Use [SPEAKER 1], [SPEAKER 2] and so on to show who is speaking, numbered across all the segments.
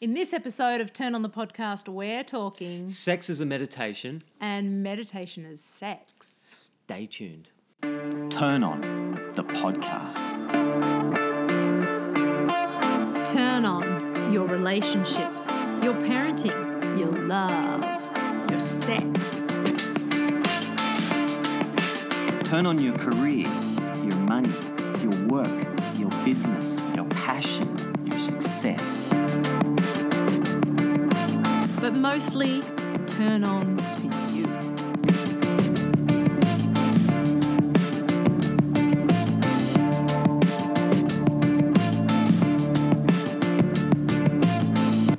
[SPEAKER 1] In this episode of Turn on the Podcast, we're talking
[SPEAKER 2] Sex is a meditation.
[SPEAKER 1] and meditation as sex.
[SPEAKER 2] Stay tuned.
[SPEAKER 3] Turn on the podcast.
[SPEAKER 1] Turn on your relationships, your parenting, your love, your sex.
[SPEAKER 3] Turn on your career, your money, your work, your business, your passion, your success.
[SPEAKER 1] But mostly, turn on to you.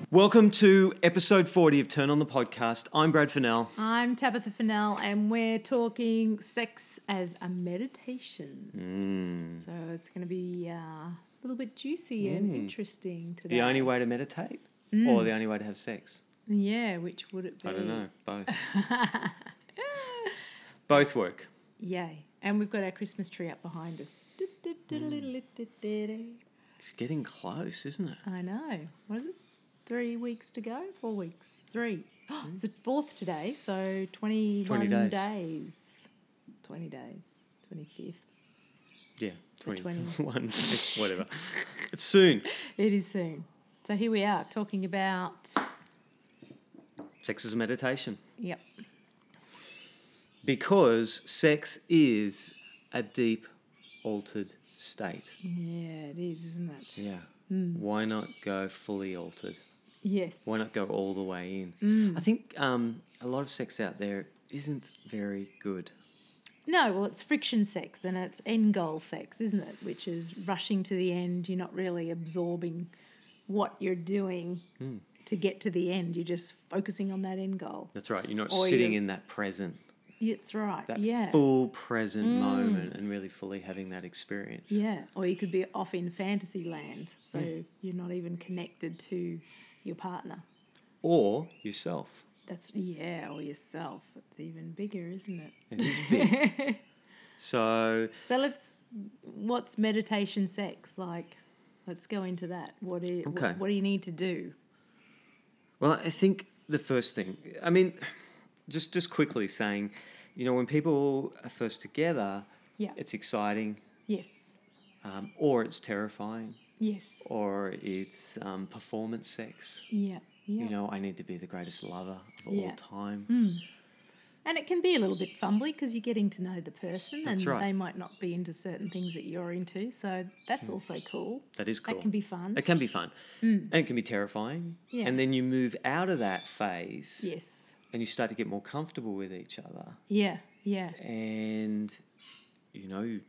[SPEAKER 2] Welcome to episode 40 of Turn on the Podcast. I'm Brad Fennell.
[SPEAKER 1] I'm Tabitha Fennell, and we're talking sex as a meditation.
[SPEAKER 2] Mm.
[SPEAKER 1] So it's going to be uh, a little bit juicy and interesting today.
[SPEAKER 2] The only way to meditate or the only way to have sex?
[SPEAKER 1] Yeah, which would it be?
[SPEAKER 2] I don't know. Both. Both work.
[SPEAKER 1] Yay. And we've got our Christmas tree up behind us.
[SPEAKER 2] Mm. It's getting close, isn't it?
[SPEAKER 1] I know. What is it? Three weeks to go? Four weeks? Three. it's the fourth today, so 21
[SPEAKER 2] Mm. days.
[SPEAKER 1] days. 20 days. 25th.
[SPEAKER 2] Yeah.
[SPEAKER 1] The
[SPEAKER 2] 21, whatever. It's soon.
[SPEAKER 1] It is soon. So here we are talking about.
[SPEAKER 2] Sex is a meditation
[SPEAKER 1] Yep.
[SPEAKER 2] because sex is a deep, altered state.
[SPEAKER 1] Yeah, it is, isn't it?
[SPEAKER 2] Yeah. Why not go fully altered?
[SPEAKER 1] Yes.
[SPEAKER 2] Why not go all the way in? I think um, a lot of sex out there isn't very good.
[SPEAKER 1] No, well, it's friction sex and it's end goal sex, isn't it? Which is rushing to the end. You're not really absorbing what you're doing
[SPEAKER 2] Hmm.
[SPEAKER 1] to get to the end. You're just focusing on that end goal.
[SPEAKER 2] That's right. You're not
[SPEAKER 1] Or
[SPEAKER 2] sitting
[SPEAKER 1] you-
[SPEAKER 2] in that present,
[SPEAKER 1] It's right.
[SPEAKER 2] that
[SPEAKER 1] yeah.
[SPEAKER 2] full present moment, and really fully having that experience.
[SPEAKER 1] Yeah. Or you could be off in fantasy land. So
[SPEAKER 2] Hmm.
[SPEAKER 1] you're not even connected to your partner.
[SPEAKER 2] Or yourself.
[SPEAKER 1] That's, yeah, or yourself. It's even bigger, isn't it?
[SPEAKER 2] It is big. so,
[SPEAKER 1] So let's, what's meditation sex? Like, let's go into that. What, is,
[SPEAKER 2] Okay.
[SPEAKER 1] what, what do you need to do?
[SPEAKER 2] well, I think the first thing, I mean, just just quickly saying, you know, when people are first together,
[SPEAKER 1] Yeah.
[SPEAKER 2] it's exciting,
[SPEAKER 1] Yes.
[SPEAKER 2] um, or it's terrifying,
[SPEAKER 1] Yes.
[SPEAKER 2] or it's um, performance sex.
[SPEAKER 1] Yeah. Yeah.
[SPEAKER 2] You know, I need to be the greatest lover of
[SPEAKER 1] Yeah. Mm.
[SPEAKER 2] all time.
[SPEAKER 1] and it can be a little bit fumbly because you're getting to know the person
[SPEAKER 2] That's
[SPEAKER 1] and
[SPEAKER 2] right.
[SPEAKER 1] they might not be into certain things that you're into. So that's also cool.
[SPEAKER 2] That is Hmm. cool.
[SPEAKER 1] That can be fun.
[SPEAKER 2] It can be fun. And it can be terrifying.
[SPEAKER 1] Yeah.
[SPEAKER 2] And then you move out of that phase
[SPEAKER 1] Yes.
[SPEAKER 2] and you start to get more comfortable with each other.
[SPEAKER 1] Yeah. Yeah.
[SPEAKER 2] And, you know, you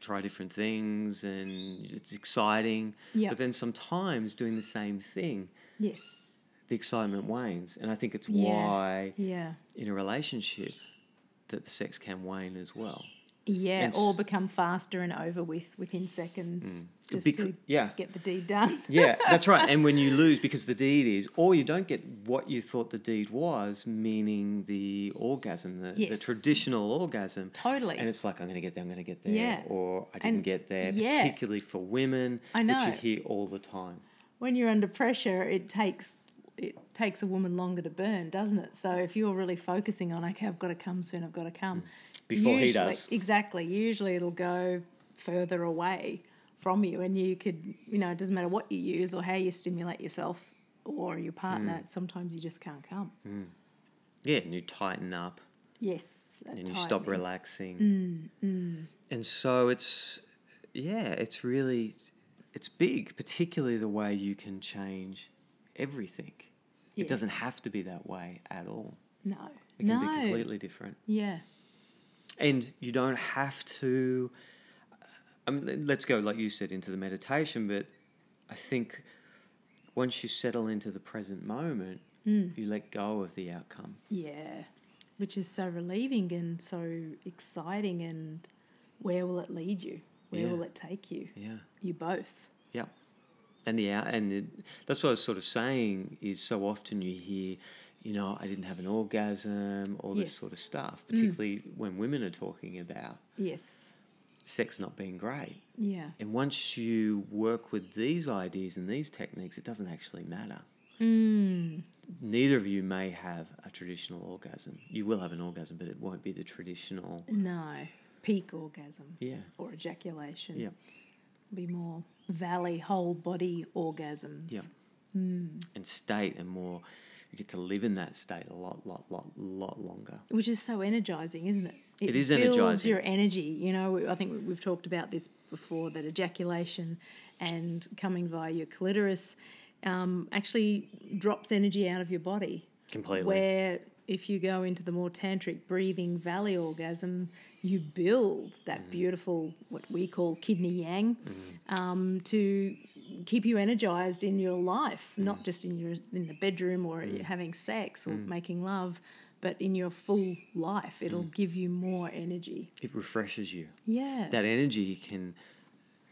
[SPEAKER 2] try different things and it's exciting.
[SPEAKER 1] Yeah.
[SPEAKER 2] But then sometimes doing the same thing,
[SPEAKER 1] Yes.
[SPEAKER 2] the excitement wanes. And I think it's
[SPEAKER 1] Yeah.
[SPEAKER 2] why
[SPEAKER 1] Yeah.
[SPEAKER 2] in a relationship that the sex can wane as well.
[SPEAKER 1] Yeah.
[SPEAKER 2] It's-
[SPEAKER 1] or become faster and over with within
[SPEAKER 2] Hmm.
[SPEAKER 1] seconds just
[SPEAKER 2] Bec-
[SPEAKER 1] to
[SPEAKER 2] Mm. yeah.
[SPEAKER 1] get the deed done.
[SPEAKER 2] yeah, that's right. And when you lose because the deed is, or you don't get what you thought the deed was, meaning the orgasm, the, the
[SPEAKER 1] Yes.
[SPEAKER 2] traditional orgasm.
[SPEAKER 1] Totally.
[SPEAKER 2] And it's like, I'm going to get there, I'm going to get there.
[SPEAKER 1] Yeah.
[SPEAKER 2] Or I didn't
[SPEAKER 1] And-
[SPEAKER 2] get there,
[SPEAKER 1] yeah.
[SPEAKER 2] particularly for women,
[SPEAKER 1] I
[SPEAKER 2] which
[SPEAKER 1] know.
[SPEAKER 2] you hear all the time.
[SPEAKER 1] when you're under pressure, it takes it takes a woman longer to burn, doesn't it? So if you're really focusing on okay, I've got to come soon, I've got to come
[SPEAKER 2] Mm. Before he
[SPEAKER 1] usually-
[SPEAKER 2] does.
[SPEAKER 1] exactly. Usually it'll go further away from you, and you could you know it doesn't matter what you use or how you stimulate yourself or your
[SPEAKER 2] Mm.
[SPEAKER 1] partner. Sometimes you just can't come.
[SPEAKER 2] Yeah, and you tighten up
[SPEAKER 1] Yes, Mm, that
[SPEAKER 2] and you stop
[SPEAKER 1] tightening.
[SPEAKER 2] relaxing. And so it's, yeah, it's really, it's big, particularly the way you can change everything.
[SPEAKER 1] Yes.
[SPEAKER 2] It doesn't have to be that way at all.
[SPEAKER 1] No,
[SPEAKER 2] It
[SPEAKER 1] no.
[SPEAKER 2] can be completely different.
[SPEAKER 1] Yeah,
[SPEAKER 2] And you don't have to. I mean, let- let's go, like you said, into the meditation, but I think once you settle into the present moment,
[SPEAKER 1] Mm.
[SPEAKER 2] you let go of the outcome.
[SPEAKER 1] yeah, which is so relieving and so exciting. And where will it lead you? Where
[SPEAKER 2] Yeah.
[SPEAKER 1] will it take you?
[SPEAKER 2] Yeah.
[SPEAKER 1] You both.
[SPEAKER 2] Yeah. And the out, and the, that's what I was sort of saying is so often you hear, you know, I didn't have an orgasm, all this
[SPEAKER 1] Yes. Mm.
[SPEAKER 2] sort of stuff, particularly when women are talking about
[SPEAKER 1] Yes.
[SPEAKER 2] sex not being great.
[SPEAKER 1] Yeah.
[SPEAKER 2] And once you work with these ideas and these techniques, it doesn't actually matter. Hmm. Neither of you may have a traditional orgasm. You will have an orgasm, but it won't be the traditional.
[SPEAKER 1] No, peak orgasm
[SPEAKER 2] Yeah.
[SPEAKER 1] or ejaculation.
[SPEAKER 2] Yeah.
[SPEAKER 1] Be more valley whole body orgasms.
[SPEAKER 2] Yeah. And state and more, you get to live in that state a lot, lot, lot, lot longer.
[SPEAKER 1] Which is so energizing, isn't it?
[SPEAKER 2] It is
[SPEAKER 1] builds
[SPEAKER 2] energising.
[SPEAKER 1] your energy. You know, we- I think we- we've talked about this before that ejaculation and coming via your clitoris um, actually drops energy out of your body.
[SPEAKER 2] Completely.
[SPEAKER 1] Where if you go into the more tantric breathing valley orgasm, you build that
[SPEAKER 2] Mm.
[SPEAKER 1] beautiful, what we call kidney yang, um, to keep you energized in your life,
[SPEAKER 2] Mm.
[SPEAKER 1] not just in your in the bedroom or having sex
[SPEAKER 2] Mm.
[SPEAKER 1] or making love, but in your full life. It'll
[SPEAKER 2] Mm.
[SPEAKER 1] give you more energy.
[SPEAKER 2] It refreshes you.
[SPEAKER 1] Yeah.
[SPEAKER 2] That energy can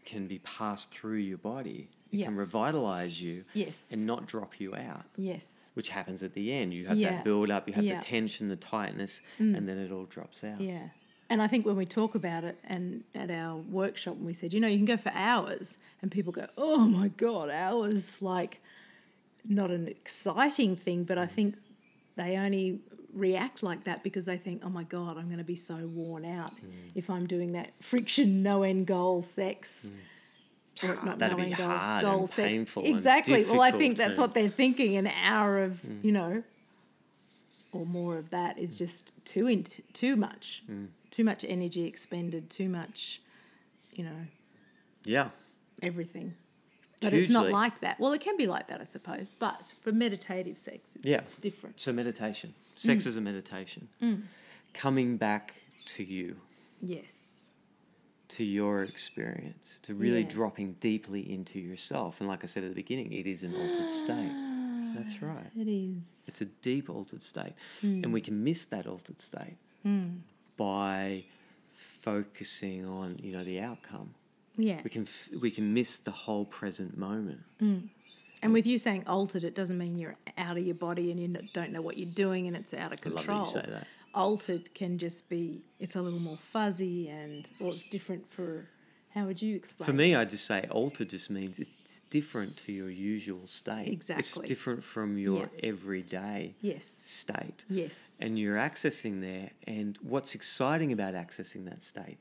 [SPEAKER 2] can be passed through your body. It
[SPEAKER 1] Yeah.
[SPEAKER 2] can revitalize you
[SPEAKER 1] yes.
[SPEAKER 2] and not drop you out.
[SPEAKER 1] yes.
[SPEAKER 2] Which happens at the end. You have
[SPEAKER 1] Yeah.
[SPEAKER 2] that build up, you have
[SPEAKER 1] Yeah. Mm.
[SPEAKER 2] the tension, the tightness, and then it all drops out.
[SPEAKER 1] Yeah. And I think when we talk about it and at our workshop, and we said, you know, you can go for hours, and people go, oh my God, hours. Like, not an exciting thing, but I think they only react like that because they think, oh my God, I'm going to be so worn out
[SPEAKER 2] Mm.
[SPEAKER 1] if I'm doing that friction, no end goal sex. Or not
[SPEAKER 2] Mm. That'd
[SPEAKER 1] no
[SPEAKER 2] be
[SPEAKER 1] end goal,
[SPEAKER 2] hard
[SPEAKER 1] goal
[SPEAKER 2] and
[SPEAKER 1] sex.
[SPEAKER 2] painful and
[SPEAKER 1] Exactly. well, I
[SPEAKER 2] difficult
[SPEAKER 1] think that's
[SPEAKER 2] to- Mm.
[SPEAKER 1] what they're thinking an hour of, you know, or more of that is just too in- too much,
[SPEAKER 2] Mm.
[SPEAKER 1] too much energy expended, too much, you know,
[SPEAKER 2] Yeah.
[SPEAKER 1] everything. But it's not
[SPEAKER 2] Hugely.
[SPEAKER 1] like that. Well, it can be like that, I suppose. But for meditative sex, it's,
[SPEAKER 2] Yeah.
[SPEAKER 1] it's different.
[SPEAKER 2] So meditation. Sex
[SPEAKER 1] Mm.
[SPEAKER 2] is a meditation. Coming back to you,
[SPEAKER 1] Yes.
[SPEAKER 2] to your experience, to really
[SPEAKER 1] Yeah.
[SPEAKER 2] dropping deeply into yourself. And like I said at the beginning, it is an altered state. That's right.
[SPEAKER 1] It is.
[SPEAKER 2] It's a deep altered state. And
[SPEAKER 1] Hmm.
[SPEAKER 2] we can miss that altered state by focusing on, you know, the outcome.
[SPEAKER 1] Yeah.
[SPEAKER 2] We can f- we can miss the whole present moment.
[SPEAKER 1] And with you saying altered, it doesn't mean you're out of your body and you n- don't know what you're doing and it's out of
[SPEAKER 2] I love
[SPEAKER 1] control.
[SPEAKER 2] that you say that.
[SPEAKER 1] Altered can just be it's a little more fuzzy and well, it's different for. How would you explain?
[SPEAKER 2] For me, I just say alter just means it's different to your usual state.
[SPEAKER 1] Exactly.
[SPEAKER 2] It's different from your
[SPEAKER 1] Yeah.
[SPEAKER 2] everyday
[SPEAKER 1] Yes.
[SPEAKER 2] state.
[SPEAKER 1] Yes.
[SPEAKER 2] And you're accessing there. And what's exciting about accessing that state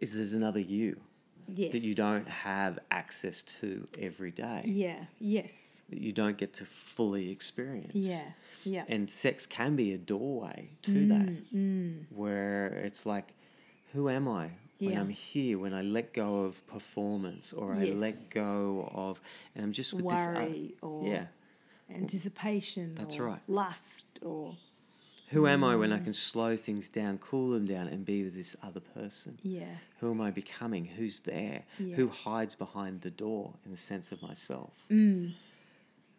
[SPEAKER 2] is there's another you
[SPEAKER 1] Hmm. yes.
[SPEAKER 2] that you don't have access to every day,
[SPEAKER 1] Yeah. Yes.
[SPEAKER 2] that you don't get to fully experience.
[SPEAKER 1] Yeah. Yeah. Mm,
[SPEAKER 2] And sex can be a doorway to that, where it's like, who am I when
[SPEAKER 1] Yeah.
[SPEAKER 2] I'm here, when I let go of performance or I let
[SPEAKER 1] Yes.
[SPEAKER 2] go of, and I'm just with this.
[SPEAKER 1] Worry
[SPEAKER 2] uh,
[SPEAKER 1] or
[SPEAKER 2] yeah.
[SPEAKER 1] anticipation.
[SPEAKER 2] That's
[SPEAKER 1] or
[SPEAKER 2] right.
[SPEAKER 1] Lust or
[SPEAKER 2] Who am I when
[SPEAKER 1] Mm.
[SPEAKER 2] I can slow things down, cool them down, and be with this other person?
[SPEAKER 1] yeah.
[SPEAKER 2] Who am I becoming? Who's there?
[SPEAKER 1] Yeah.
[SPEAKER 2] Who hides behind the door in the sense of myself?
[SPEAKER 1] Mm.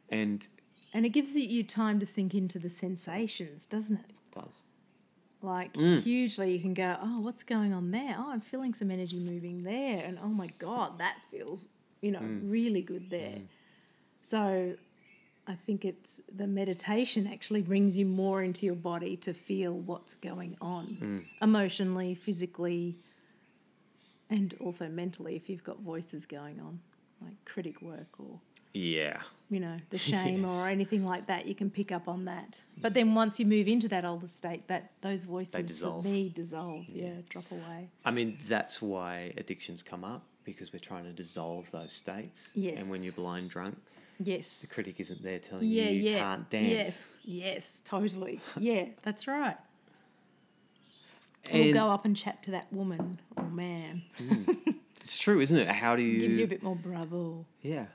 [SPEAKER 2] And
[SPEAKER 1] And it gives you time to sink into the sensations, doesn't it?
[SPEAKER 2] does.
[SPEAKER 1] Like hugely, you can go, oh, what's going on there? Oh, I'm feeling some energy moving there, and oh my god, that feels, you know, really good there. So, I think it's the meditation actually brings you more into your body to feel what's going on emotionally, physically, and also mentally. If you've got voices going on, like critic work or
[SPEAKER 2] Yeah.
[SPEAKER 1] you know, the shame
[SPEAKER 2] Yes.
[SPEAKER 1] or anything like that. You can pick up on that. But then once you move into that older state, that those voices for
[SPEAKER 2] dissolve.
[SPEAKER 1] me dissolve. Yeah, drop away.
[SPEAKER 2] I mean, that's why addictions come up because we're trying to dissolve those states. And when
[SPEAKER 1] Yes.
[SPEAKER 2] you're blind drunk,
[SPEAKER 1] Yes.
[SPEAKER 2] the critic isn't there telling
[SPEAKER 1] yeah,
[SPEAKER 2] you you
[SPEAKER 1] yeah.
[SPEAKER 2] can't dance.
[SPEAKER 1] Yes, yes, totally. Yeah, that's right.
[SPEAKER 2] And
[SPEAKER 1] we'll go up and chat to that woman or man.
[SPEAKER 2] it's true, isn't it? How do you.
[SPEAKER 1] Gives you a bit more bravo.
[SPEAKER 2] Yeah.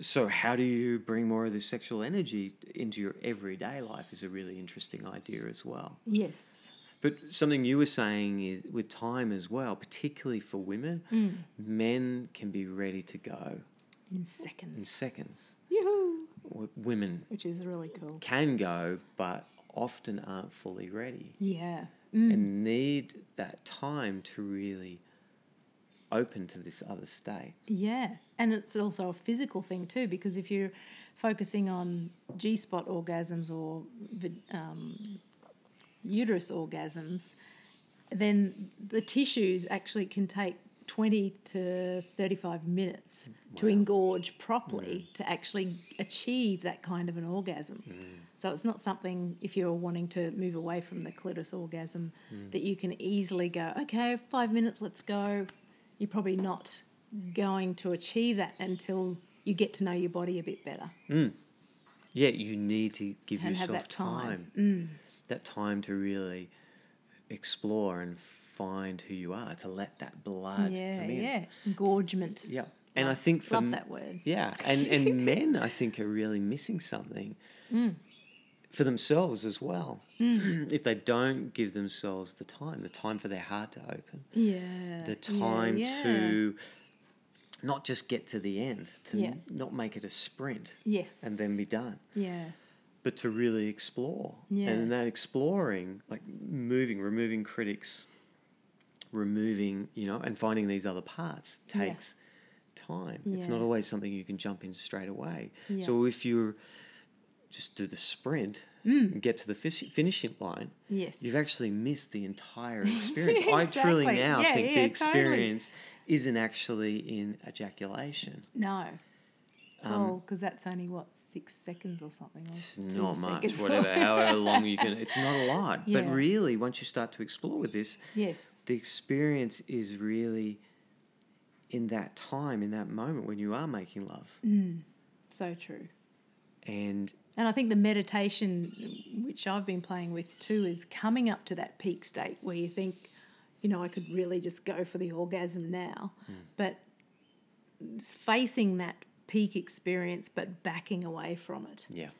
[SPEAKER 2] So, how do you bring more of this sexual energy into your everyday life is a really interesting idea as well.
[SPEAKER 1] Yes.
[SPEAKER 2] But something you were saying is with time as well, particularly for women,
[SPEAKER 1] Mm.
[SPEAKER 2] men can be ready to go
[SPEAKER 1] In
[SPEAKER 2] in
[SPEAKER 1] seconds.
[SPEAKER 2] seconds.
[SPEAKER 1] Yoo-hoo.
[SPEAKER 2] W- Women
[SPEAKER 1] Which is really cool.
[SPEAKER 2] can go, but often aren't fully ready
[SPEAKER 1] Yeah.
[SPEAKER 2] and need that time to really open to this other state.
[SPEAKER 1] Yeah. And it's also a physical thing too, because if you're focusing on G spot orgasms or vi- um, uterus orgasms, then the tissues actually can take 20 to 35 minutes to engorge properly to actually achieve that kind of an orgasm.
[SPEAKER 2] Mm.
[SPEAKER 1] So it's not something, if you're wanting to move away from the clitoris orgasm,
[SPEAKER 2] Mm.
[SPEAKER 1] that you can easily go, okay, five minutes, let's go. You're probably not going to achieve that until you get to know your body a bit better.
[SPEAKER 2] Yeah, you need to give
[SPEAKER 1] And have
[SPEAKER 2] yourself
[SPEAKER 1] that time. Mm.
[SPEAKER 2] That time to really explore and find who you are, to let that blood
[SPEAKER 1] yeah,
[SPEAKER 2] come in.
[SPEAKER 1] yeah. Engorgement.
[SPEAKER 2] Yeah. And I think for
[SPEAKER 1] Love
[SPEAKER 2] m-
[SPEAKER 1] that word.
[SPEAKER 2] Yeah, and and men I think are really missing something
[SPEAKER 1] Mm.
[SPEAKER 2] for themselves as well. if they don't give themselves the time, the time for their heart to open,
[SPEAKER 1] Yeah.
[SPEAKER 2] the
[SPEAKER 1] yeah,
[SPEAKER 2] time
[SPEAKER 1] yeah.
[SPEAKER 2] to not just get to the end, to
[SPEAKER 1] Yeah.
[SPEAKER 2] n- not make it a sprint
[SPEAKER 1] Yes.
[SPEAKER 2] and then be done,
[SPEAKER 1] Yeah.
[SPEAKER 2] but to really explore.
[SPEAKER 1] Yeah.
[SPEAKER 2] And that exploring, like moving, removing critics, removing, you know, and finding these other parts
[SPEAKER 1] Yeah.
[SPEAKER 2] takes time. It's not
[SPEAKER 1] Yeah.
[SPEAKER 2] always something you can jump in straight away.
[SPEAKER 1] Yeah.
[SPEAKER 2] So if you just do the sprint
[SPEAKER 1] Mm.
[SPEAKER 2] and get to the fish, finishing line,
[SPEAKER 1] Yes.
[SPEAKER 2] You've actually missed the entire experience. I
[SPEAKER 1] Exactly.
[SPEAKER 2] truly now
[SPEAKER 1] Yeah,
[SPEAKER 2] think
[SPEAKER 1] yeah,
[SPEAKER 2] the
[SPEAKER 1] totally.
[SPEAKER 2] experience isn't actually in ejaculation.
[SPEAKER 1] No. oh, because that's only what six seconds or something. or
[SPEAKER 2] Um, It's
[SPEAKER 1] two
[SPEAKER 2] not much,
[SPEAKER 1] seconds.
[SPEAKER 2] whatever, however long you can. It's not a lot.
[SPEAKER 1] Yeah.
[SPEAKER 2] But really, once you start to explore with this,
[SPEAKER 1] yes.
[SPEAKER 2] the experience is really in that time, in that moment when you are making love.
[SPEAKER 1] So true.
[SPEAKER 2] And
[SPEAKER 1] And I think the meditation, which I've been playing with too, is coming up to that peak state where you think, you know, I could really just go for the orgasm now. But it's facing that peak experience, but backing away from it.
[SPEAKER 2] yeah,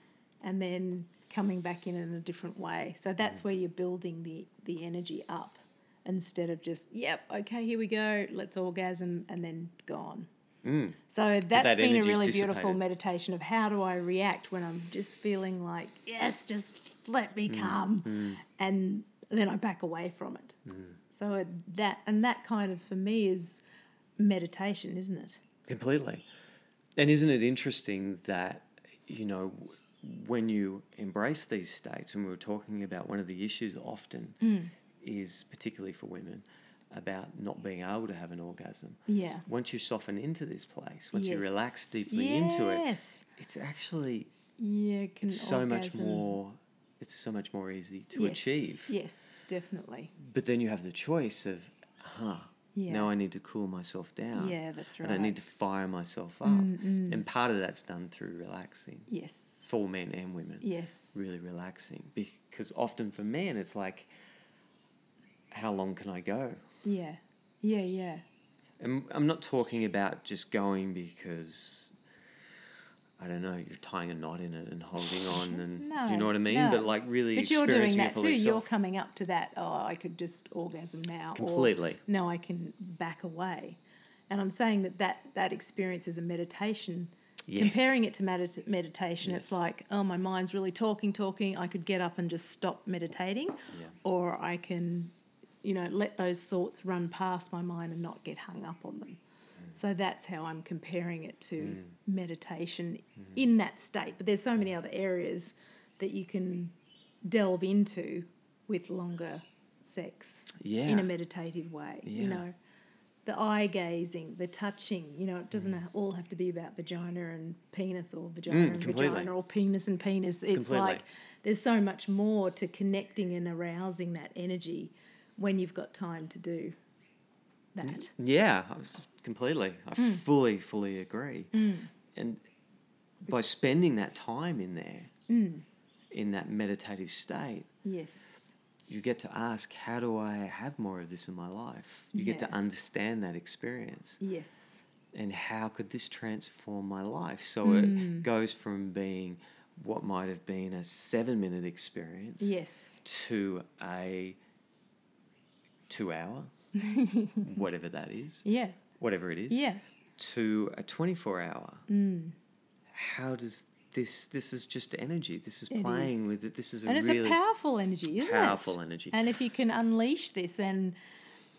[SPEAKER 1] and then coming back in in a different way. So that's where you're building the the energy up instead of just yep, okay, here we go, let's orgasm and then gone.
[SPEAKER 2] Mm,
[SPEAKER 1] So that's
[SPEAKER 2] that
[SPEAKER 1] been a
[SPEAKER 2] energy's
[SPEAKER 1] really beautiful
[SPEAKER 2] dissipated.
[SPEAKER 1] meditation of how do I react when I'm just feeling like yes, just let me
[SPEAKER 2] Mm,
[SPEAKER 1] come, and then I back away from it.
[SPEAKER 2] Mm.
[SPEAKER 1] So it, that and that kind of for me is meditation, isn't it?
[SPEAKER 2] completely. And isn't it interesting that, you know, when you embrace these states, and we were talking about one of the issues often is, particularly for women, about not being able to have an orgasm.
[SPEAKER 1] Yeah.
[SPEAKER 2] Once you soften into this place, once you relax
[SPEAKER 1] Yes.
[SPEAKER 2] deeply into it,
[SPEAKER 1] Yes.
[SPEAKER 2] it's actually
[SPEAKER 1] Yeah, it can
[SPEAKER 2] it's so much
[SPEAKER 1] orgasm.
[SPEAKER 2] more it's so much more easy to
[SPEAKER 1] Yes,
[SPEAKER 2] achieve.
[SPEAKER 1] Yes, definitely.
[SPEAKER 2] But then you have the choice of, huh,
[SPEAKER 1] Yeah.
[SPEAKER 2] now I need to cool myself down.
[SPEAKER 1] Yeah, that's
[SPEAKER 2] And I
[SPEAKER 1] right. Mm.
[SPEAKER 2] need to fire myself up. And part of that's done through relaxing
[SPEAKER 1] Yes.
[SPEAKER 2] for men and women.
[SPEAKER 1] Yes.
[SPEAKER 2] Really relaxing. Because often for men, it's like, how long can I go?
[SPEAKER 1] Yeah. Yeah, yeah.
[SPEAKER 2] And I'm not talking about just going because, I don't know, you're tying a knot in it and holding on. and Do you know
[SPEAKER 1] No,
[SPEAKER 2] what I mean?
[SPEAKER 1] no.
[SPEAKER 2] But like really
[SPEAKER 1] But you're
[SPEAKER 2] experiencing
[SPEAKER 1] doing that
[SPEAKER 2] it for
[SPEAKER 1] too. You're
[SPEAKER 2] yourself.
[SPEAKER 1] coming up to that, oh, I could just orgasm now. or,
[SPEAKER 2] Completely.
[SPEAKER 1] no, I can back away. And I'm saying that that, that experience is a meditation.
[SPEAKER 2] Yes.
[SPEAKER 1] Comparing it to medit- meditation,
[SPEAKER 2] Yes.
[SPEAKER 1] it's like, oh, my mind's really talking, talking. I could get up and just stop meditating.
[SPEAKER 2] Yeah.
[SPEAKER 1] Or I can, you know, let those thoughts run past my mind and not get hung up on them. So that's how I'm comparing it to meditation in that state. But there's so many other areas that you can delve into with longer sex in
[SPEAKER 2] Yeah.
[SPEAKER 1] a meditative way.
[SPEAKER 2] Yeah.
[SPEAKER 1] You know, the eye gazing, the touching. You know, it doesn't all have to be about vagina and penis or vagina
[SPEAKER 2] Mm,
[SPEAKER 1] and
[SPEAKER 2] completely.
[SPEAKER 1] vagina or penis and penis. It's
[SPEAKER 2] Completely.
[SPEAKER 1] like there's so much more to connecting and arousing that energy when you've got time to do that.
[SPEAKER 2] Yeah, I was- completely. I
[SPEAKER 1] Hmm.
[SPEAKER 2] fully, fully agree. And by spending that time in there, in that meditative state,
[SPEAKER 1] Mm. Yes.
[SPEAKER 2] you get to ask, how do I have more of this in my life? You get to
[SPEAKER 1] Yeah.
[SPEAKER 2] understand that experience.
[SPEAKER 1] Yes.
[SPEAKER 2] And how could this transform my life? So
[SPEAKER 1] Mm.
[SPEAKER 2] it goes from being what might have been a seven minute experience
[SPEAKER 1] Yes.
[SPEAKER 2] to a two hour, whatever that is,
[SPEAKER 1] Yeah.
[SPEAKER 2] whatever it is
[SPEAKER 1] Yeah. Mm.
[SPEAKER 2] to a 24 hour how does this this is just energy this is
[SPEAKER 1] It
[SPEAKER 2] playing
[SPEAKER 1] is.
[SPEAKER 2] with it this is a
[SPEAKER 1] and it's
[SPEAKER 2] really
[SPEAKER 1] a powerful energy, isn't it?
[SPEAKER 2] powerful energy.
[SPEAKER 1] And if you can unleash this and,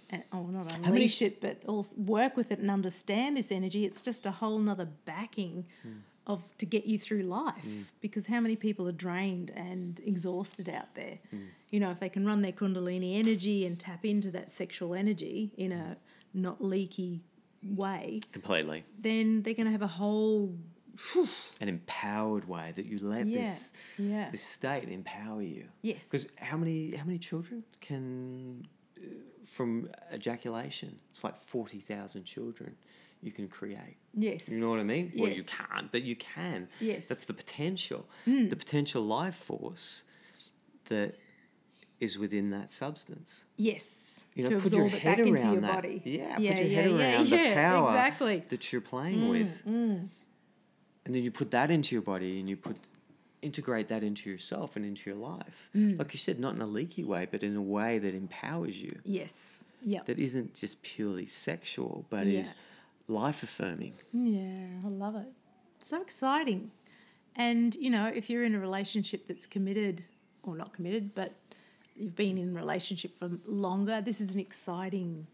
[SPEAKER 1] and oh, not unleash it, but also work with it and understand this energy, it's just a whole nother backing
[SPEAKER 2] Hmm.
[SPEAKER 1] of to get you through life. Because how many people are drained and exhausted out
[SPEAKER 2] Hmm.
[SPEAKER 1] there? You know, if they can run their kundalini energy and tap into that sexual energy in a not leaky way,
[SPEAKER 2] completely
[SPEAKER 1] then they're going to have a whole
[SPEAKER 2] an empowered way that you let
[SPEAKER 1] yeah,
[SPEAKER 2] this
[SPEAKER 1] yeah,
[SPEAKER 2] this state empower you.
[SPEAKER 1] yes,
[SPEAKER 2] Because how many how many children can uh, from ejaculation? It's like forty thousand children you can create.
[SPEAKER 1] yes,
[SPEAKER 2] You know what I mean? Well, you
[SPEAKER 1] Yes.
[SPEAKER 2] can't, but you can.
[SPEAKER 1] Yes. Hmm.
[SPEAKER 2] That's the potential, the potential life force that is within that substance.
[SPEAKER 1] yes,
[SPEAKER 2] You know,
[SPEAKER 1] to
[SPEAKER 2] put your
[SPEAKER 1] absorb it
[SPEAKER 2] head
[SPEAKER 1] back into
[SPEAKER 2] around
[SPEAKER 1] your
[SPEAKER 2] that.
[SPEAKER 1] body.
[SPEAKER 2] Yeah, put your head around the power
[SPEAKER 1] exactly.
[SPEAKER 2] that you're playing
[SPEAKER 1] Mm,
[SPEAKER 2] with. And then you put that into your body and you put integrate that into yourself and into your life.
[SPEAKER 1] Mm.
[SPEAKER 2] Like you said, not in a leaky way, but in a way that empowers you.
[SPEAKER 1] Yes. Yeah.
[SPEAKER 2] That isn't just purely sexual, but
[SPEAKER 1] Yeah.
[SPEAKER 2] is life affirming.
[SPEAKER 1] Yeah, I love it. So exciting. And, you know, if you're in a relationship that's committed, or not committed, but you've been in a relationship for longer, this is an exciting,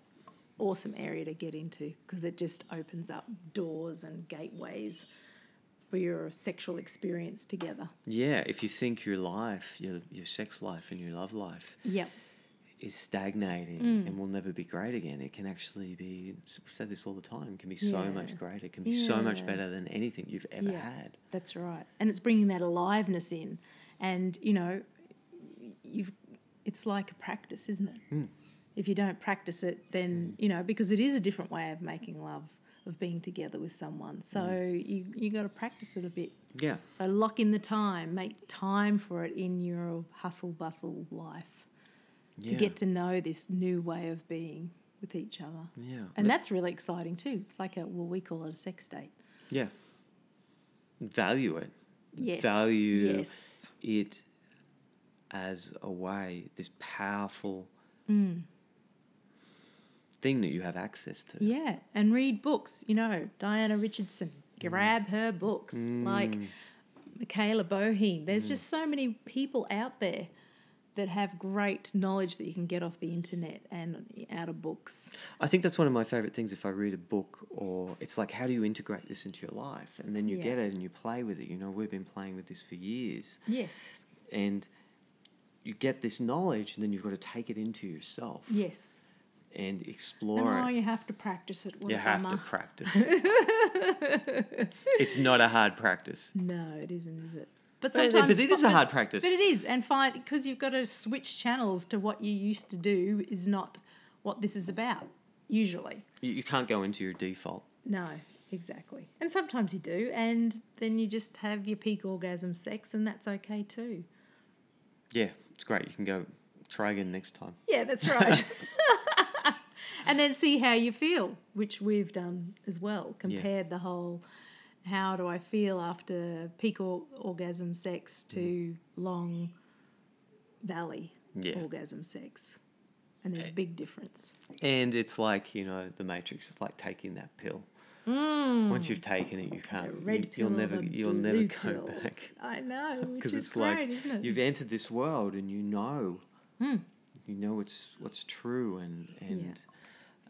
[SPEAKER 1] awesome area to get into because it just opens up doors and gateways for your sexual experience together.
[SPEAKER 2] Yeah, if you think your life, your your sex life and your love life
[SPEAKER 1] Yep.
[SPEAKER 2] is stagnating
[SPEAKER 1] Mm.
[SPEAKER 2] and will never be great again, it can actually be s- we say this all the time, can be so
[SPEAKER 1] Yeah.
[SPEAKER 2] much greater, can be so much
[SPEAKER 1] Yeah.
[SPEAKER 2] better than anything you've ever
[SPEAKER 1] Yeah.
[SPEAKER 2] had.
[SPEAKER 1] That's right. And it's bringing that aliveness in. And, you know, you've it's like a practice, isn't it? If you don't practice it, then, you know, because it is a different way of making love, of being together with someone. So you you got to practice it a bit.
[SPEAKER 2] Yeah.
[SPEAKER 1] So lock in the time, make time for it in your hustle bustle life
[SPEAKER 2] yeah.
[SPEAKER 1] to get to know this new way of being with each other.
[SPEAKER 2] yeah.
[SPEAKER 1] And that's really exciting too. It's like a well, we call it a sex date.
[SPEAKER 2] Yeah. Value it.
[SPEAKER 1] Yes.
[SPEAKER 2] Value
[SPEAKER 1] Yes.
[SPEAKER 2] it as a way, this powerful
[SPEAKER 1] Mm.
[SPEAKER 2] thing that you have access to.
[SPEAKER 1] Yeah, and read books. You know, Diana Richardson,
[SPEAKER 2] Mm.
[SPEAKER 1] grab her books. Like Michaela Boheim.
[SPEAKER 2] Mm.
[SPEAKER 1] There's just so many people out there that have great knowledge that you can get off the internet and out of books.
[SPEAKER 2] I think that's one of my favorite things if I read a book or it's like how do you integrate this into your life? And then you
[SPEAKER 1] Yeah.
[SPEAKER 2] get it and you play with it. You know, we've been playing with this for years
[SPEAKER 1] Yes,
[SPEAKER 2] and you get this knowledge and then you've got to take it into yourself
[SPEAKER 1] yes.
[SPEAKER 2] and
[SPEAKER 1] and
[SPEAKER 2] explore
[SPEAKER 1] oh,
[SPEAKER 2] it.
[SPEAKER 1] you have to practice it. What
[SPEAKER 2] You
[SPEAKER 1] a
[SPEAKER 2] have to
[SPEAKER 1] bummer.
[SPEAKER 2] practice. it's not a hard practice.
[SPEAKER 1] No, it isn't, is it? But
[SPEAKER 2] But- but
[SPEAKER 1] sometimes,
[SPEAKER 2] it is a hard practice.
[SPEAKER 1] But it is, and find because you've got to switch channels to what you used to do is not what this is about usually.
[SPEAKER 2] You, you can't go into your default.
[SPEAKER 1] No, exactly. And sometimes you do, and then you just have your peak orgasm sex, and that's okay too.
[SPEAKER 2] Yeah, it's great. You can go try again next time.
[SPEAKER 1] Yeah, that's right. and then see how you feel, which we've done as well. Compared the whole how do I feel after peak or- orgasm sex to long valley
[SPEAKER 2] Yeah.
[SPEAKER 1] orgasm sex. And there's a big difference.
[SPEAKER 2] And it's like, you know, the Matrix. It's like taking that pill.
[SPEAKER 1] Mm.
[SPEAKER 2] Once you've taken it, you can't.
[SPEAKER 1] The Hmm. red
[SPEAKER 2] you,
[SPEAKER 1] pill.
[SPEAKER 2] will never.
[SPEAKER 1] the
[SPEAKER 2] You'll
[SPEAKER 1] blue
[SPEAKER 2] never
[SPEAKER 1] pill.
[SPEAKER 2] go back
[SPEAKER 1] I know, which
[SPEAKER 2] because
[SPEAKER 1] is
[SPEAKER 2] it's
[SPEAKER 1] great,
[SPEAKER 2] like
[SPEAKER 1] isn't it?
[SPEAKER 2] you've entered this world and you know,
[SPEAKER 1] Hmm.
[SPEAKER 2] you know what's what's true and and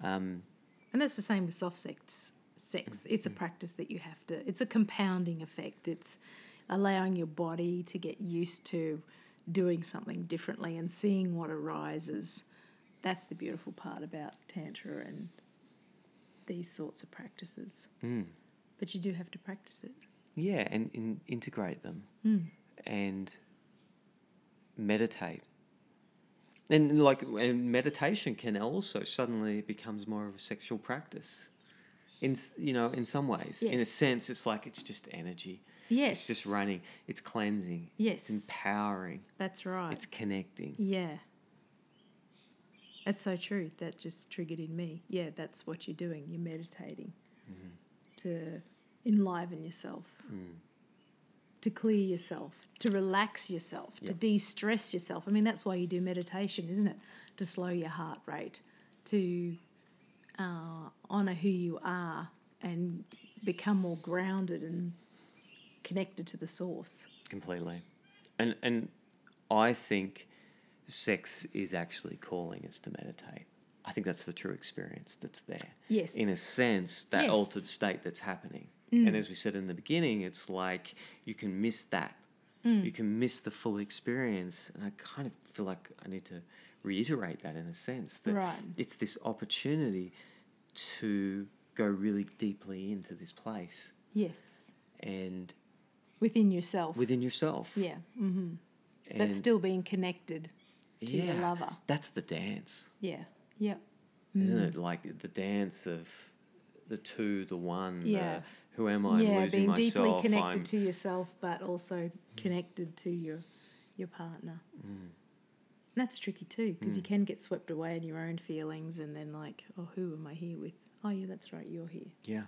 [SPEAKER 2] um,
[SPEAKER 1] And that's the same with soft sex.
[SPEAKER 2] Mm.
[SPEAKER 1] Sex. It's a practice that you have to. It's a compounding effect. It's allowing your body to get used to doing something differently and seeing what arises. That's the beautiful part about tantra and these sorts of practices. But you do have to practice it.
[SPEAKER 2] hmm.
[SPEAKER 1] Hmm.
[SPEAKER 2] yeah, and, and integrate them and meditate. And like and meditation can also suddenly it becomes more of a sexual practice. In s- you know, in some ways, in a
[SPEAKER 1] Yes.
[SPEAKER 2] sense, it's like it's just energy.
[SPEAKER 1] Yes.
[SPEAKER 2] It's just running. It's cleansing.
[SPEAKER 1] Yes.
[SPEAKER 2] It's empowering.
[SPEAKER 1] That's right.
[SPEAKER 2] It's connecting.
[SPEAKER 1] Yeah. That's so true. That just triggered in me. Yeah, that's what you're doing. You're meditating to enliven yourself, to clear yourself, to relax yourself, to
[SPEAKER 2] Yeah.
[SPEAKER 1] de stress yourself. I mean, that's why you do meditation, isn't it? To slow your heart rate, to uh, honor who you are and become more grounded and connected to the source.
[SPEAKER 2] Completely. And and I think sex is actually calling us to meditate. I think that's the true experience that's there.
[SPEAKER 1] Yes.
[SPEAKER 2] In a sense, that
[SPEAKER 1] Yes. Mm.
[SPEAKER 2] altered state that's happening. And as we said in the beginning, it's like you can miss that.
[SPEAKER 1] Mm.
[SPEAKER 2] You can miss the full experience. And I kind of feel like I need to reiterate that in a sense that
[SPEAKER 1] Right.
[SPEAKER 2] it's this opportunity to go really deeply into this place
[SPEAKER 1] Yes.
[SPEAKER 2] and
[SPEAKER 1] Within yourself.
[SPEAKER 2] within yourself.
[SPEAKER 1] yeah. hmm
[SPEAKER 2] and
[SPEAKER 1] But still being connected to your lover.
[SPEAKER 2] That's the dance,
[SPEAKER 1] Yeah. Yeah. Mm-hmm.
[SPEAKER 2] isn't
[SPEAKER 1] Mm.
[SPEAKER 2] it? Like the dance of the two, the one. the
[SPEAKER 1] Yeah.
[SPEAKER 2] who am I? I'm
[SPEAKER 1] yeah,
[SPEAKER 2] losing
[SPEAKER 1] being
[SPEAKER 2] myself.
[SPEAKER 1] deeply connected
[SPEAKER 2] I'm Mm.
[SPEAKER 1] to yourself, but also connected to your your partner. Mm. That's tricky too, because you
[SPEAKER 2] Mm.
[SPEAKER 1] can get swept away in your own feelings, and then like, oh, who am I here with? Oh, yeah, that's right, you're here.
[SPEAKER 2] yeah,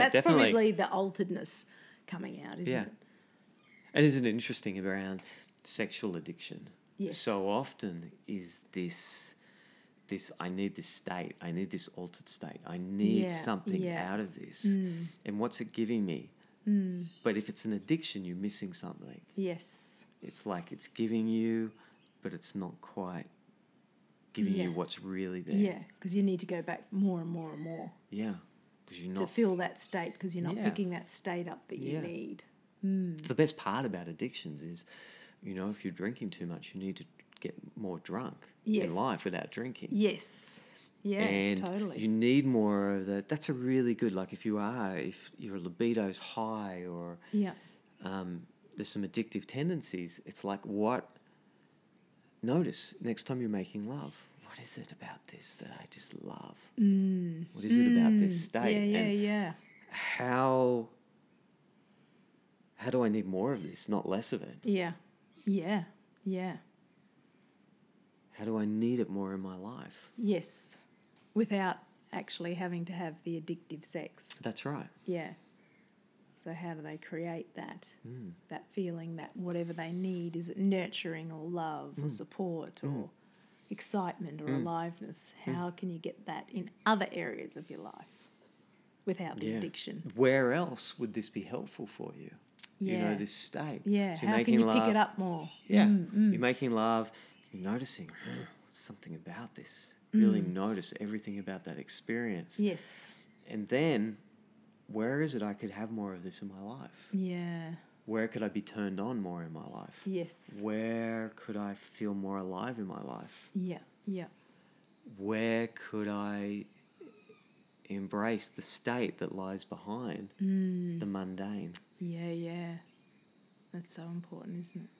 [SPEAKER 1] that's
[SPEAKER 2] definitely.
[SPEAKER 1] probably the alteredness coming out, isn't
[SPEAKER 2] yeah,
[SPEAKER 1] it?
[SPEAKER 2] and isn't it interesting around sexual addiction?
[SPEAKER 1] Yes.
[SPEAKER 2] So often is this. This I need this state. I need this altered state. I need
[SPEAKER 1] Yeah,
[SPEAKER 2] something
[SPEAKER 1] yeah. Mm.
[SPEAKER 2] out of this. And what's it giving me? But if it's an addiction, you're missing something.
[SPEAKER 1] Yes.
[SPEAKER 2] it's like it's giving you, but it's not quite giving
[SPEAKER 1] Yeah.
[SPEAKER 2] you what's really there.
[SPEAKER 1] Yeah, because you need to go back more and more and more
[SPEAKER 2] Yeah. Because you're not.
[SPEAKER 1] to feel that state, because you're not
[SPEAKER 2] Yeah.
[SPEAKER 1] picking that state up that you
[SPEAKER 2] Yeah.
[SPEAKER 1] need. Hmm.
[SPEAKER 2] The best part about addictions is, you know, if you're drinking too much, you need to get more drunk
[SPEAKER 1] Yes.
[SPEAKER 2] in life without drinking.
[SPEAKER 1] Yes. Yeah,
[SPEAKER 2] and
[SPEAKER 1] totally.
[SPEAKER 2] you need more of that. That's a really good, like if you are, if your libido's high or
[SPEAKER 1] yeah.
[SPEAKER 2] um, there's some addictive tendencies, it's like what. Notice next time you're making love, what is it about this that I just love? What is it about this
[SPEAKER 1] Hmm. Mm, Yeah,
[SPEAKER 2] state?
[SPEAKER 1] yeah,
[SPEAKER 2] And
[SPEAKER 1] yeah.
[SPEAKER 2] how how do I need more of this, not less of it?
[SPEAKER 1] Yeah. Yeah. Yeah.
[SPEAKER 2] How do I need it more in my life?
[SPEAKER 1] Yes. Without actually having to have the addictive sex.
[SPEAKER 2] That's right.
[SPEAKER 1] Yeah. So how do they create that that feeling that whatever they need is it nurturing or love
[SPEAKER 2] Mm.
[SPEAKER 1] or support or excitement or aliveness?
[SPEAKER 2] Mm.
[SPEAKER 1] How can you get that in other areas of your life without the
[SPEAKER 2] Yeah.
[SPEAKER 1] addiction?
[SPEAKER 2] Where else would this be helpful for you? You
[SPEAKER 1] Yeah.
[SPEAKER 2] know, this state.
[SPEAKER 1] Yeah.
[SPEAKER 2] So
[SPEAKER 1] how can you pick it up Hmm. more? Mm,
[SPEAKER 2] Yeah. You're making love, you're noticing "Huh, something about this.
[SPEAKER 1] Hmm.
[SPEAKER 2] Really notice everything about that experience.
[SPEAKER 1] Yes.
[SPEAKER 2] And then, where is it I could have more of this in my life?
[SPEAKER 1] Yeah.
[SPEAKER 2] Where could I be turned on more in my life?
[SPEAKER 1] Yes.
[SPEAKER 2] Where could I feel more alive in my life?
[SPEAKER 1] Yeah. Yeah.
[SPEAKER 2] Where could I embrace the state that lies behind the mundane?
[SPEAKER 1] Mm. Yeah, yeah. That's so important, isn't it?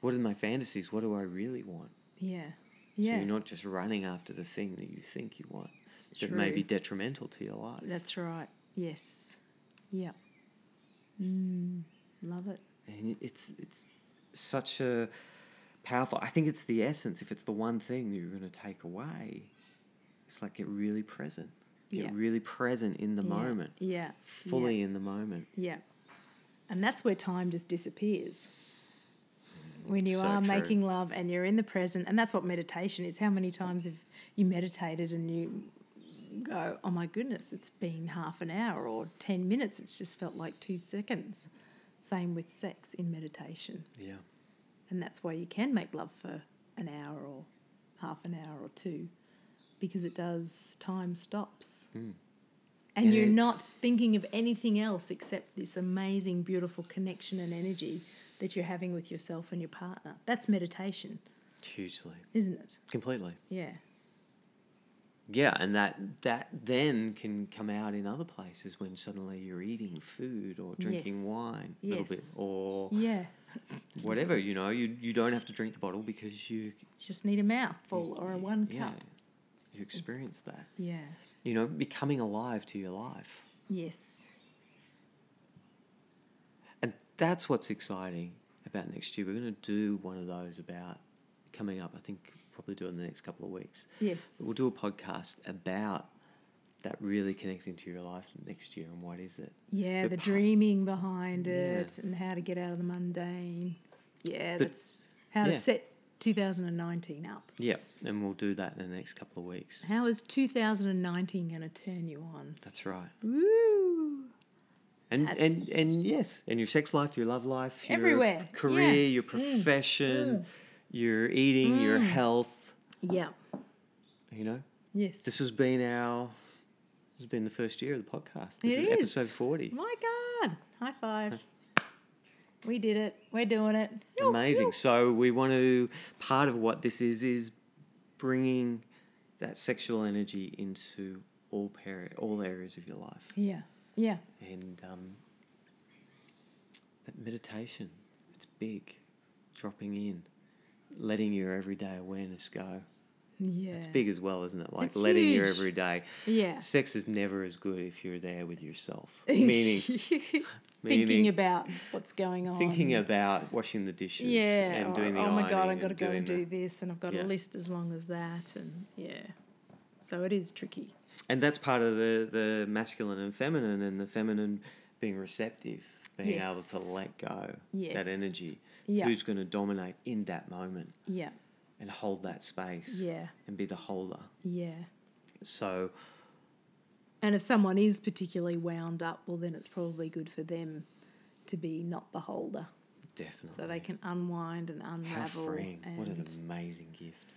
[SPEAKER 2] What are my fantasies? What do I really want?
[SPEAKER 1] Yeah. Yeah.
[SPEAKER 2] So you're not just running after the thing that you think you want that may
[SPEAKER 1] True.
[SPEAKER 2] be detrimental to your life.
[SPEAKER 1] That's right. Yes. Yeah. Mm, love it.
[SPEAKER 2] And it's it's such a powerful. I think it's the essence. If it's the one thing that you're going to take away, it's like get really present. Get
[SPEAKER 1] Yeah.
[SPEAKER 2] really present in the
[SPEAKER 1] Yeah.
[SPEAKER 2] moment,
[SPEAKER 1] Yeah.
[SPEAKER 2] fully in the moment.
[SPEAKER 1] Yeah. yeah. And that's where time just disappears. When you
[SPEAKER 2] So
[SPEAKER 1] are
[SPEAKER 2] true.
[SPEAKER 1] making love and you're in the present, and that's what meditation is. How many times have you meditated and you go, oh my goodness, it's been half an hour or 10 minutes? It's just felt like two seconds. Same with sex in meditation.
[SPEAKER 2] Yeah,
[SPEAKER 1] And that's why you can make love for an hour or half an hour or two because it does, time stops. And
[SPEAKER 2] And
[SPEAKER 1] you're
[SPEAKER 2] it-
[SPEAKER 1] not thinking of anything else except this amazing, beautiful connection and energy that you're having with yourself and your partner. That's meditation,
[SPEAKER 2] hugely,
[SPEAKER 1] isn't it?
[SPEAKER 2] completely.
[SPEAKER 1] Yeah.
[SPEAKER 2] Yeah, and that that then can come out in other places when suddenly you're eating food or drinking
[SPEAKER 1] Yes.
[SPEAKER 2] wine a little bit
[SPEAKER 1] Yes.
[SPEAKER 2] or
[SPEAKER 1] Yeah.
[SPEAKER 2] whatever. You know, you you don't have to drink the bottle because you
[SPEAKER 1] You just need a mouthful or a one
[SPEAKER 2] yeah,
[SPEAKER 1] cup.
[SPEAKER 2] you experience that.
[SPEAKER 1] Yeah.
[SPEAKER 2] you know, becoming alive to your life.
[SPEAKER 1] Yes.
[SPEAKER 2] And that's what's exciting about next year. We're going to do one of those about coming up, I think probably do it in the next couple of weeks.
[SPEAKER 1] Yes.
[SPEAKER 2] We'll do a podcast about that really connecting to your life next year and what is it.
[SPEAKER 1] yeah,
[SPEAKER 2] the
[SPEAKER 1] the
[SPEAKER 2] pa-
[SPEAKER 1] dreaming behind
[SPEAKER 2] Yeah.
[SPEAKER 1] it and how to get out of the mundane. Yeah,
[SPEAKER 2] But-
[SPEAKER 1] that's how to
[SPEAKER 2] yeah.
[SPEAKER 1] set 2019 up.
[SPEAKER 2] Yeah, and we'll do that in the next couple of weeks.
[SPEAKER 1] How is 2019 going to turn you on?
[SPEAKER 2] That's right.
[SPEAKER 1] Woo!
[SPEAKER 2] And and
[SPEAKER 1] That's-
[SPEAKER 2] and yes, and your sex life, your love life, your
[SPEAKER 1] Everywhere,
[SPEAKER 2] career,
[SPEAKER 1] yeah. Mm.
[SPEAKER 2] your profession, your eating, your health,
[SPEAKER 1] Yeah.
[SPEAKER 2] you know.
[SPEAKER 1] Yes.
[SPEAKER 2] This has been our. This has been the first year of the podcast. This
[SPEAKER 1] It
[SPEAKER 2] is
[SPEAKER 1] is.
[SPEAKER 2] episode forty.
[SPEAKER 1] My God! High five. We did it. We're doing it. Yoo,
[SPEAKER 2] Amazing.
[SPEAKER 1] yoo.
[SPEAKER 2] So we want to. Part of what this is is bringing that sexual energy into all par- all areas of your life.
[SPEAKER 1] Yeah. Yeah.
[SPEAKER 2] And um, that meditation, it's big, dropping in, letting your everyday awareness go.
[SPEAKER 1] Yeah.
[SPEAKER 2] It's big as well, isn't it? Like
[SPEAKER 1] It's
[SPEAKER 2] letting your
[SPEAKER 1] huge.
[SPEAKER 2] everyday.
[SPEAKER 1] Yeah.
[SPEAKER 2] Sex is never as good if you're there with yourself. Meaning,
[SPEAKER 1] thinking
[SPEAKER 2] meaning
[SPEAKER 1] about what's going on.
[SPEAKER 2] thinking about washing the dishes
[SPEAKER 1] yeah.
[SPEAKER 2] and
[SPEAKER 1] or,
[SPEAKER 2] doing the
[SPEAKER 1] oh my god,
[SPEAKER 2] ironing
[SPEAKER 1] I've got to go
[SPEAKER 2] doing
[SPEAKER 1] and
[SPEAKER 2] the-
[SPEAKER 1] do this, and I've got
[SPEAKER 2] Yeah.
[SPEAKER 1] a list as long as that, and yeah. So it is tricky.
[SPEAKER 2] and that's part of the the masculine and feminine and the feminine being receptive being able to
[SPEAKER 1] Yes.
[SPEAKER 2] let go
[SPEAKER 1] Yes.
[SPEAKER 2] that energy
[SPEAKER 1] Yeah.
[SPEAKER 2] who's going to dominate in that moment
[SPEAKER 1] Yeah.
[SPEAKER 2] and hold that space
[SPEAKER 1] Yeah.
[SPEAKER 2] and be the holder
[SPEAKER 1] Yeah.
[SPEAKER 2] so
[SPEAKER 1] And if someone is particularly wound up, well, then it's probably good for them to be not the holder,
[SPEAKER 2] definitely
[SPEAKER 1] so they can unwind and
[SPEAKER 2] how
[SPEAKER 1] unravel.
[SPEAKER 2] freeing
[SPEAKER 1] And Hmm. Mm.
[SPEAKER 2] what an amazing gift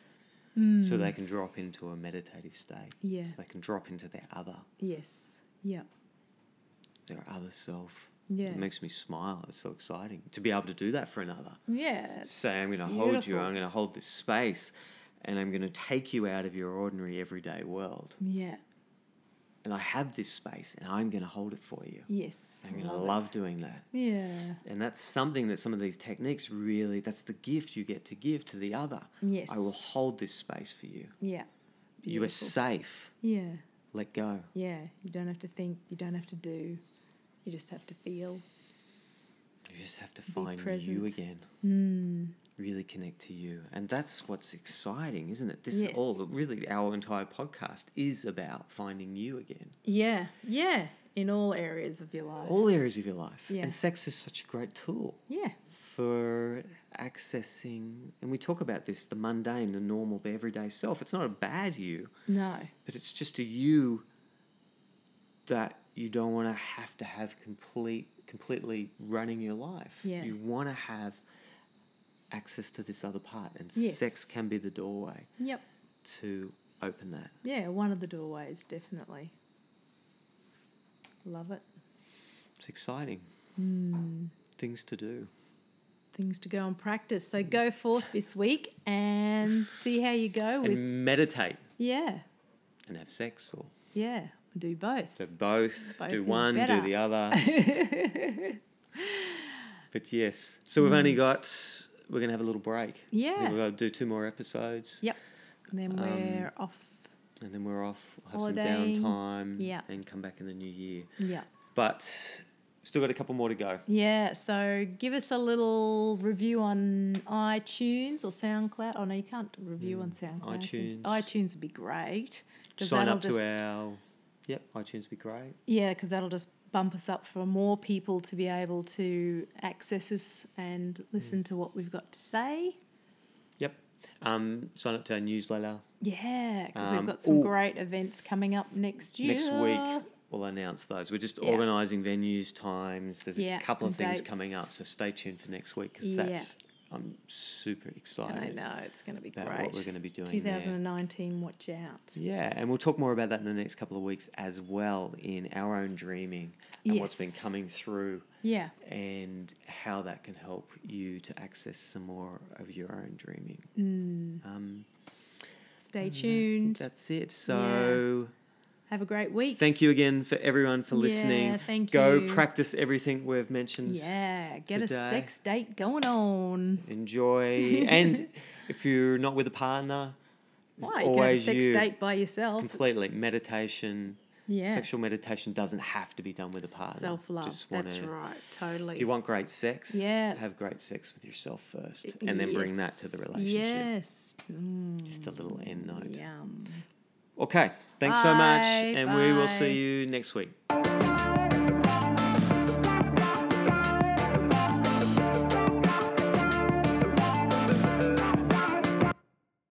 [SPEAKER 2] so they can drop into a meditative state
[SPEAKER 1] Yeah.
[SPEAKER 2] so they can drop into their other
[SPEAKER 1] yes, yeah,
[SPEAKER 2] their other self
[SPEAKER 1] yeah,
[SPEAKER 2] it makes me smile it's so exciting to be able to do that for another
[SPEAKER 1] yeah. it's
[SPEAKER 2] say I'm going to hold you,
[SPEAKER 1] beautiful.
[SPEAKER 2] I'm going to hold this space, and I'm going to take you out of your ordinary everyday world.
[SPEAKER 1] Yeah.
[SPEAKER 2] And I have this space, and I'm going to hold it for you.
[SPEAKER 1] Yes.
[SPEAKER 2] I'm going to
[SPEAKER 1] it.
[SPEAKER 2] love doing that.
[SPEAKER 1] Yeah.
[SPEAKER 2] And that's something that some of these techniques really, that's the gift you get to give to the other.
[SPEAKER 1] Yes.
[SPEAKER 2] I will hold this space for you.
[SPEAKER 1] Yeah.
[SPEAKER 2] You are
[SPEAKER 1] Beautiful.
[SPEAKER 2] safe.
[SPEAKER 1] Yeah.
[SPEAKER 2] Let go.
[SPEAKER 1] Yeah. You don't have to think. You don't have to do. You just have to feel.
[SPEAKER 2] You just have to find you
[SPEAKER 1] present.
[SPEAKER 2] again.
[SPEAKER 1] Hmm.
[SPEAKER 2] Really connect to you. And that's what's exciting, isn't it? This is
[SPEAKER 1] Yes.
[SPEAKER 2] all, really, our entire podcast is about finding you again.
[SPEAKER 1] Yeah. Yeah. In all areas of your life.
[SPEAKER 2] all areas of your life.
[SPEAKER 1] Yeah.
[SPEAKER 2] And sex is such a great tool
[SPEAKER 1] yeah.
[SPEAKER 2] for accessing, and we talk about this the mundane, the normal, the everyday self. It's not a bad you,
[SPEAKER 1] No.
[SPEAKER 2] but it's just a you that you don't want to have to have complete, completely running your life.
[SPEAKER 1] Yeah.
[SPEAKER 2] You want to have access to this other part, and sex
[SPEAKER 1] Yes.
[SPEAKER 2] can be the doorway
[SPEAKER 1] Yep.
[SPEAKER 2] to open that.
[SPEAKER 1] Yeah. One of the doorways, definitely. Love it.
[SPEAKER 2] It's exciting.
[SPEAKER 1] Mm.
[SPEAKER 2] Things to do.
[SPEAKER 1] Things to go and practice. So go forth this week and see how you go with.
[SPEAKER 2] And meditate
[SPEAKER 1] Yeah.
[SPEAKER 2] and have sex or
[SPEAKER 1] Yeah. Do both.
[SPEAKER 2] So both,
[SPEAKER 1] Both
[SPEAKER 2] do
[SPEAKER 1] is
[SPEAKER 2] one,
[SPEAKER 1] better.
[SPEAKER 2] do the other. but yes, so we've only got we're gonna have a little break. I think
[SPEAKER 1] Mm. Yeah.
[SPEAKER 2] we're gonna do Um, two more episodes,
[SPEAKER 1] Yep. And then we're off.
[SPEAKER 2] and then we're off. We'll have
[SPEAKER 1] Holidaying.
[SPEAKER 2] some downtime,
[SPEAKER 1] Yeah.
[SPEAKER 2] and come back in the new year.
[SPEAKER 1] Yeah.
[SPEAKER 2] But still got a couple more to go.
[SPEAKER 1] Yeah, so give us a little review on iTunes or SoundCloud. Oh no, you can't review on SoundCloud.
[SPEAKER 2] Mm, iTunes.
[SPEAKER 1] iTunes would be great. 'cause
[SPEAKER 2] Sign
[SPEAKER 1] that'll
[SPEAKER 2] up to
[SPEAKER 1] just,
[SPEAKER 2] our yep iTunes, would be great.
[SPEAKER 1] Yeah, because that'll just bump us up for more people to be able to access us and
[SPEAKER 2] Mm.
[SPEAKER 1] listen to what we've got to say.
[SPEAKER 2] Yep, um, sign up to our newsletter
[SPEAKER 1] Yeah, because
[SPEAKER 2] Um,
[SPEAKER 1] we've got some
[SPEAKER 2] ooh.
[SPEAKER 1] great events coming up next year.
[SPEAKER 2] next week. We'll announce those. We're just
[SPEAKER 1] Yeah.
[SPEAKER 2] organising venues, times. There's
[SPEAKER 1] Yeah,
[SPEAKER 2] a couple of
[SPEAKER 1] and
[SPEAKER 2] things coming
[SPEAKER 1] dates.
[SPEAKER 2] up, so stay tuned for next week because
[SPEAKER 1] Yeah.
[SPEAKER 2] that's I'm super
[SPEAKER 1] And I
[SPEAKER 2] excited
[SPEAKER 1] know it's going to be
[SPEAKER 2] about
[SPEAKER 1] great.
[SPEAKER 2] what we're going to be doing. There. Mm.
[SPEAKER 1] 2019, watch out.
[SPEAKER 2] Yeah, and we'll talk more about that in the next couple of weeks as well in our own dreaming and what's been
[SPEAKER 1] Yes.
[SPEAKER 2] coming through
[SPEAKER 1] Yeah,
[SPEAKER 2] and how that can help you to access some more of your own dreaming. Um,
[SPEAKER 1] mm,
[SPEAKER 2] Mm,
[SPEAKER 1] stay
[SPEAKER 2] I think
[SPEAKER 1] tuned.
[SPEAKER 2] that's it. So.
[SPEAKER 1] Have a great week.
[SPEAKER 2] Thank you again for everyone for
[SPEAKER 1] Yeah,
[SPEAKER 2] listening.
[SPEAKER 1] thank
[SPEAKER 2] Go
[SPEAKER 1] you.
[SPEAKER 2] practice everything we've mentioned.
[SPEAKER 1] Yeah, get
[SPEAKER 2] today.
[SPEAKER 1] a sex date going on.
[SPEAKER 2] Enjoy. and if you're not with a partner, there's
[SPEAKER 1] Why? You can have a
[SPEAKER 2] always
[SPEAKER 1] sex
[SPEAKER 2] you.
[SPEAKER 1] date by yourself.
[SPEAKER 2] Completely. Meditation.
[SPEAKER 1] yeah.
[SPEAKER 2] Sexual meditation doesn't have to be done with a partner.
[SPEAKER 1] Self love.
[SPEAKER 2] Just
[SPEAKER 1] That's
[SPEAKER 2] wanna-
[SPEAKER 1] right. Totally.
[SPEAKER 2] If you want great sex,
[SPEAKER 1] Yeah.
[SPEAKER 2] have great sex with yourself first and then bring that to the
[SPEAKER 1] Yes,
[SPEAKER 2] relationship.
[SPEAKER 1] Yes. Mm,
[SPEAKER 2] Just a little end note.
[SPEAKER 1] yum.
[SPEAKER 2] Okay. Thanks so much.
[SPEAKER 1] Bye,
[SPEAKER 2] And we will
[SPEAKER 1] bye.
[SPEAKER 2] see you next week.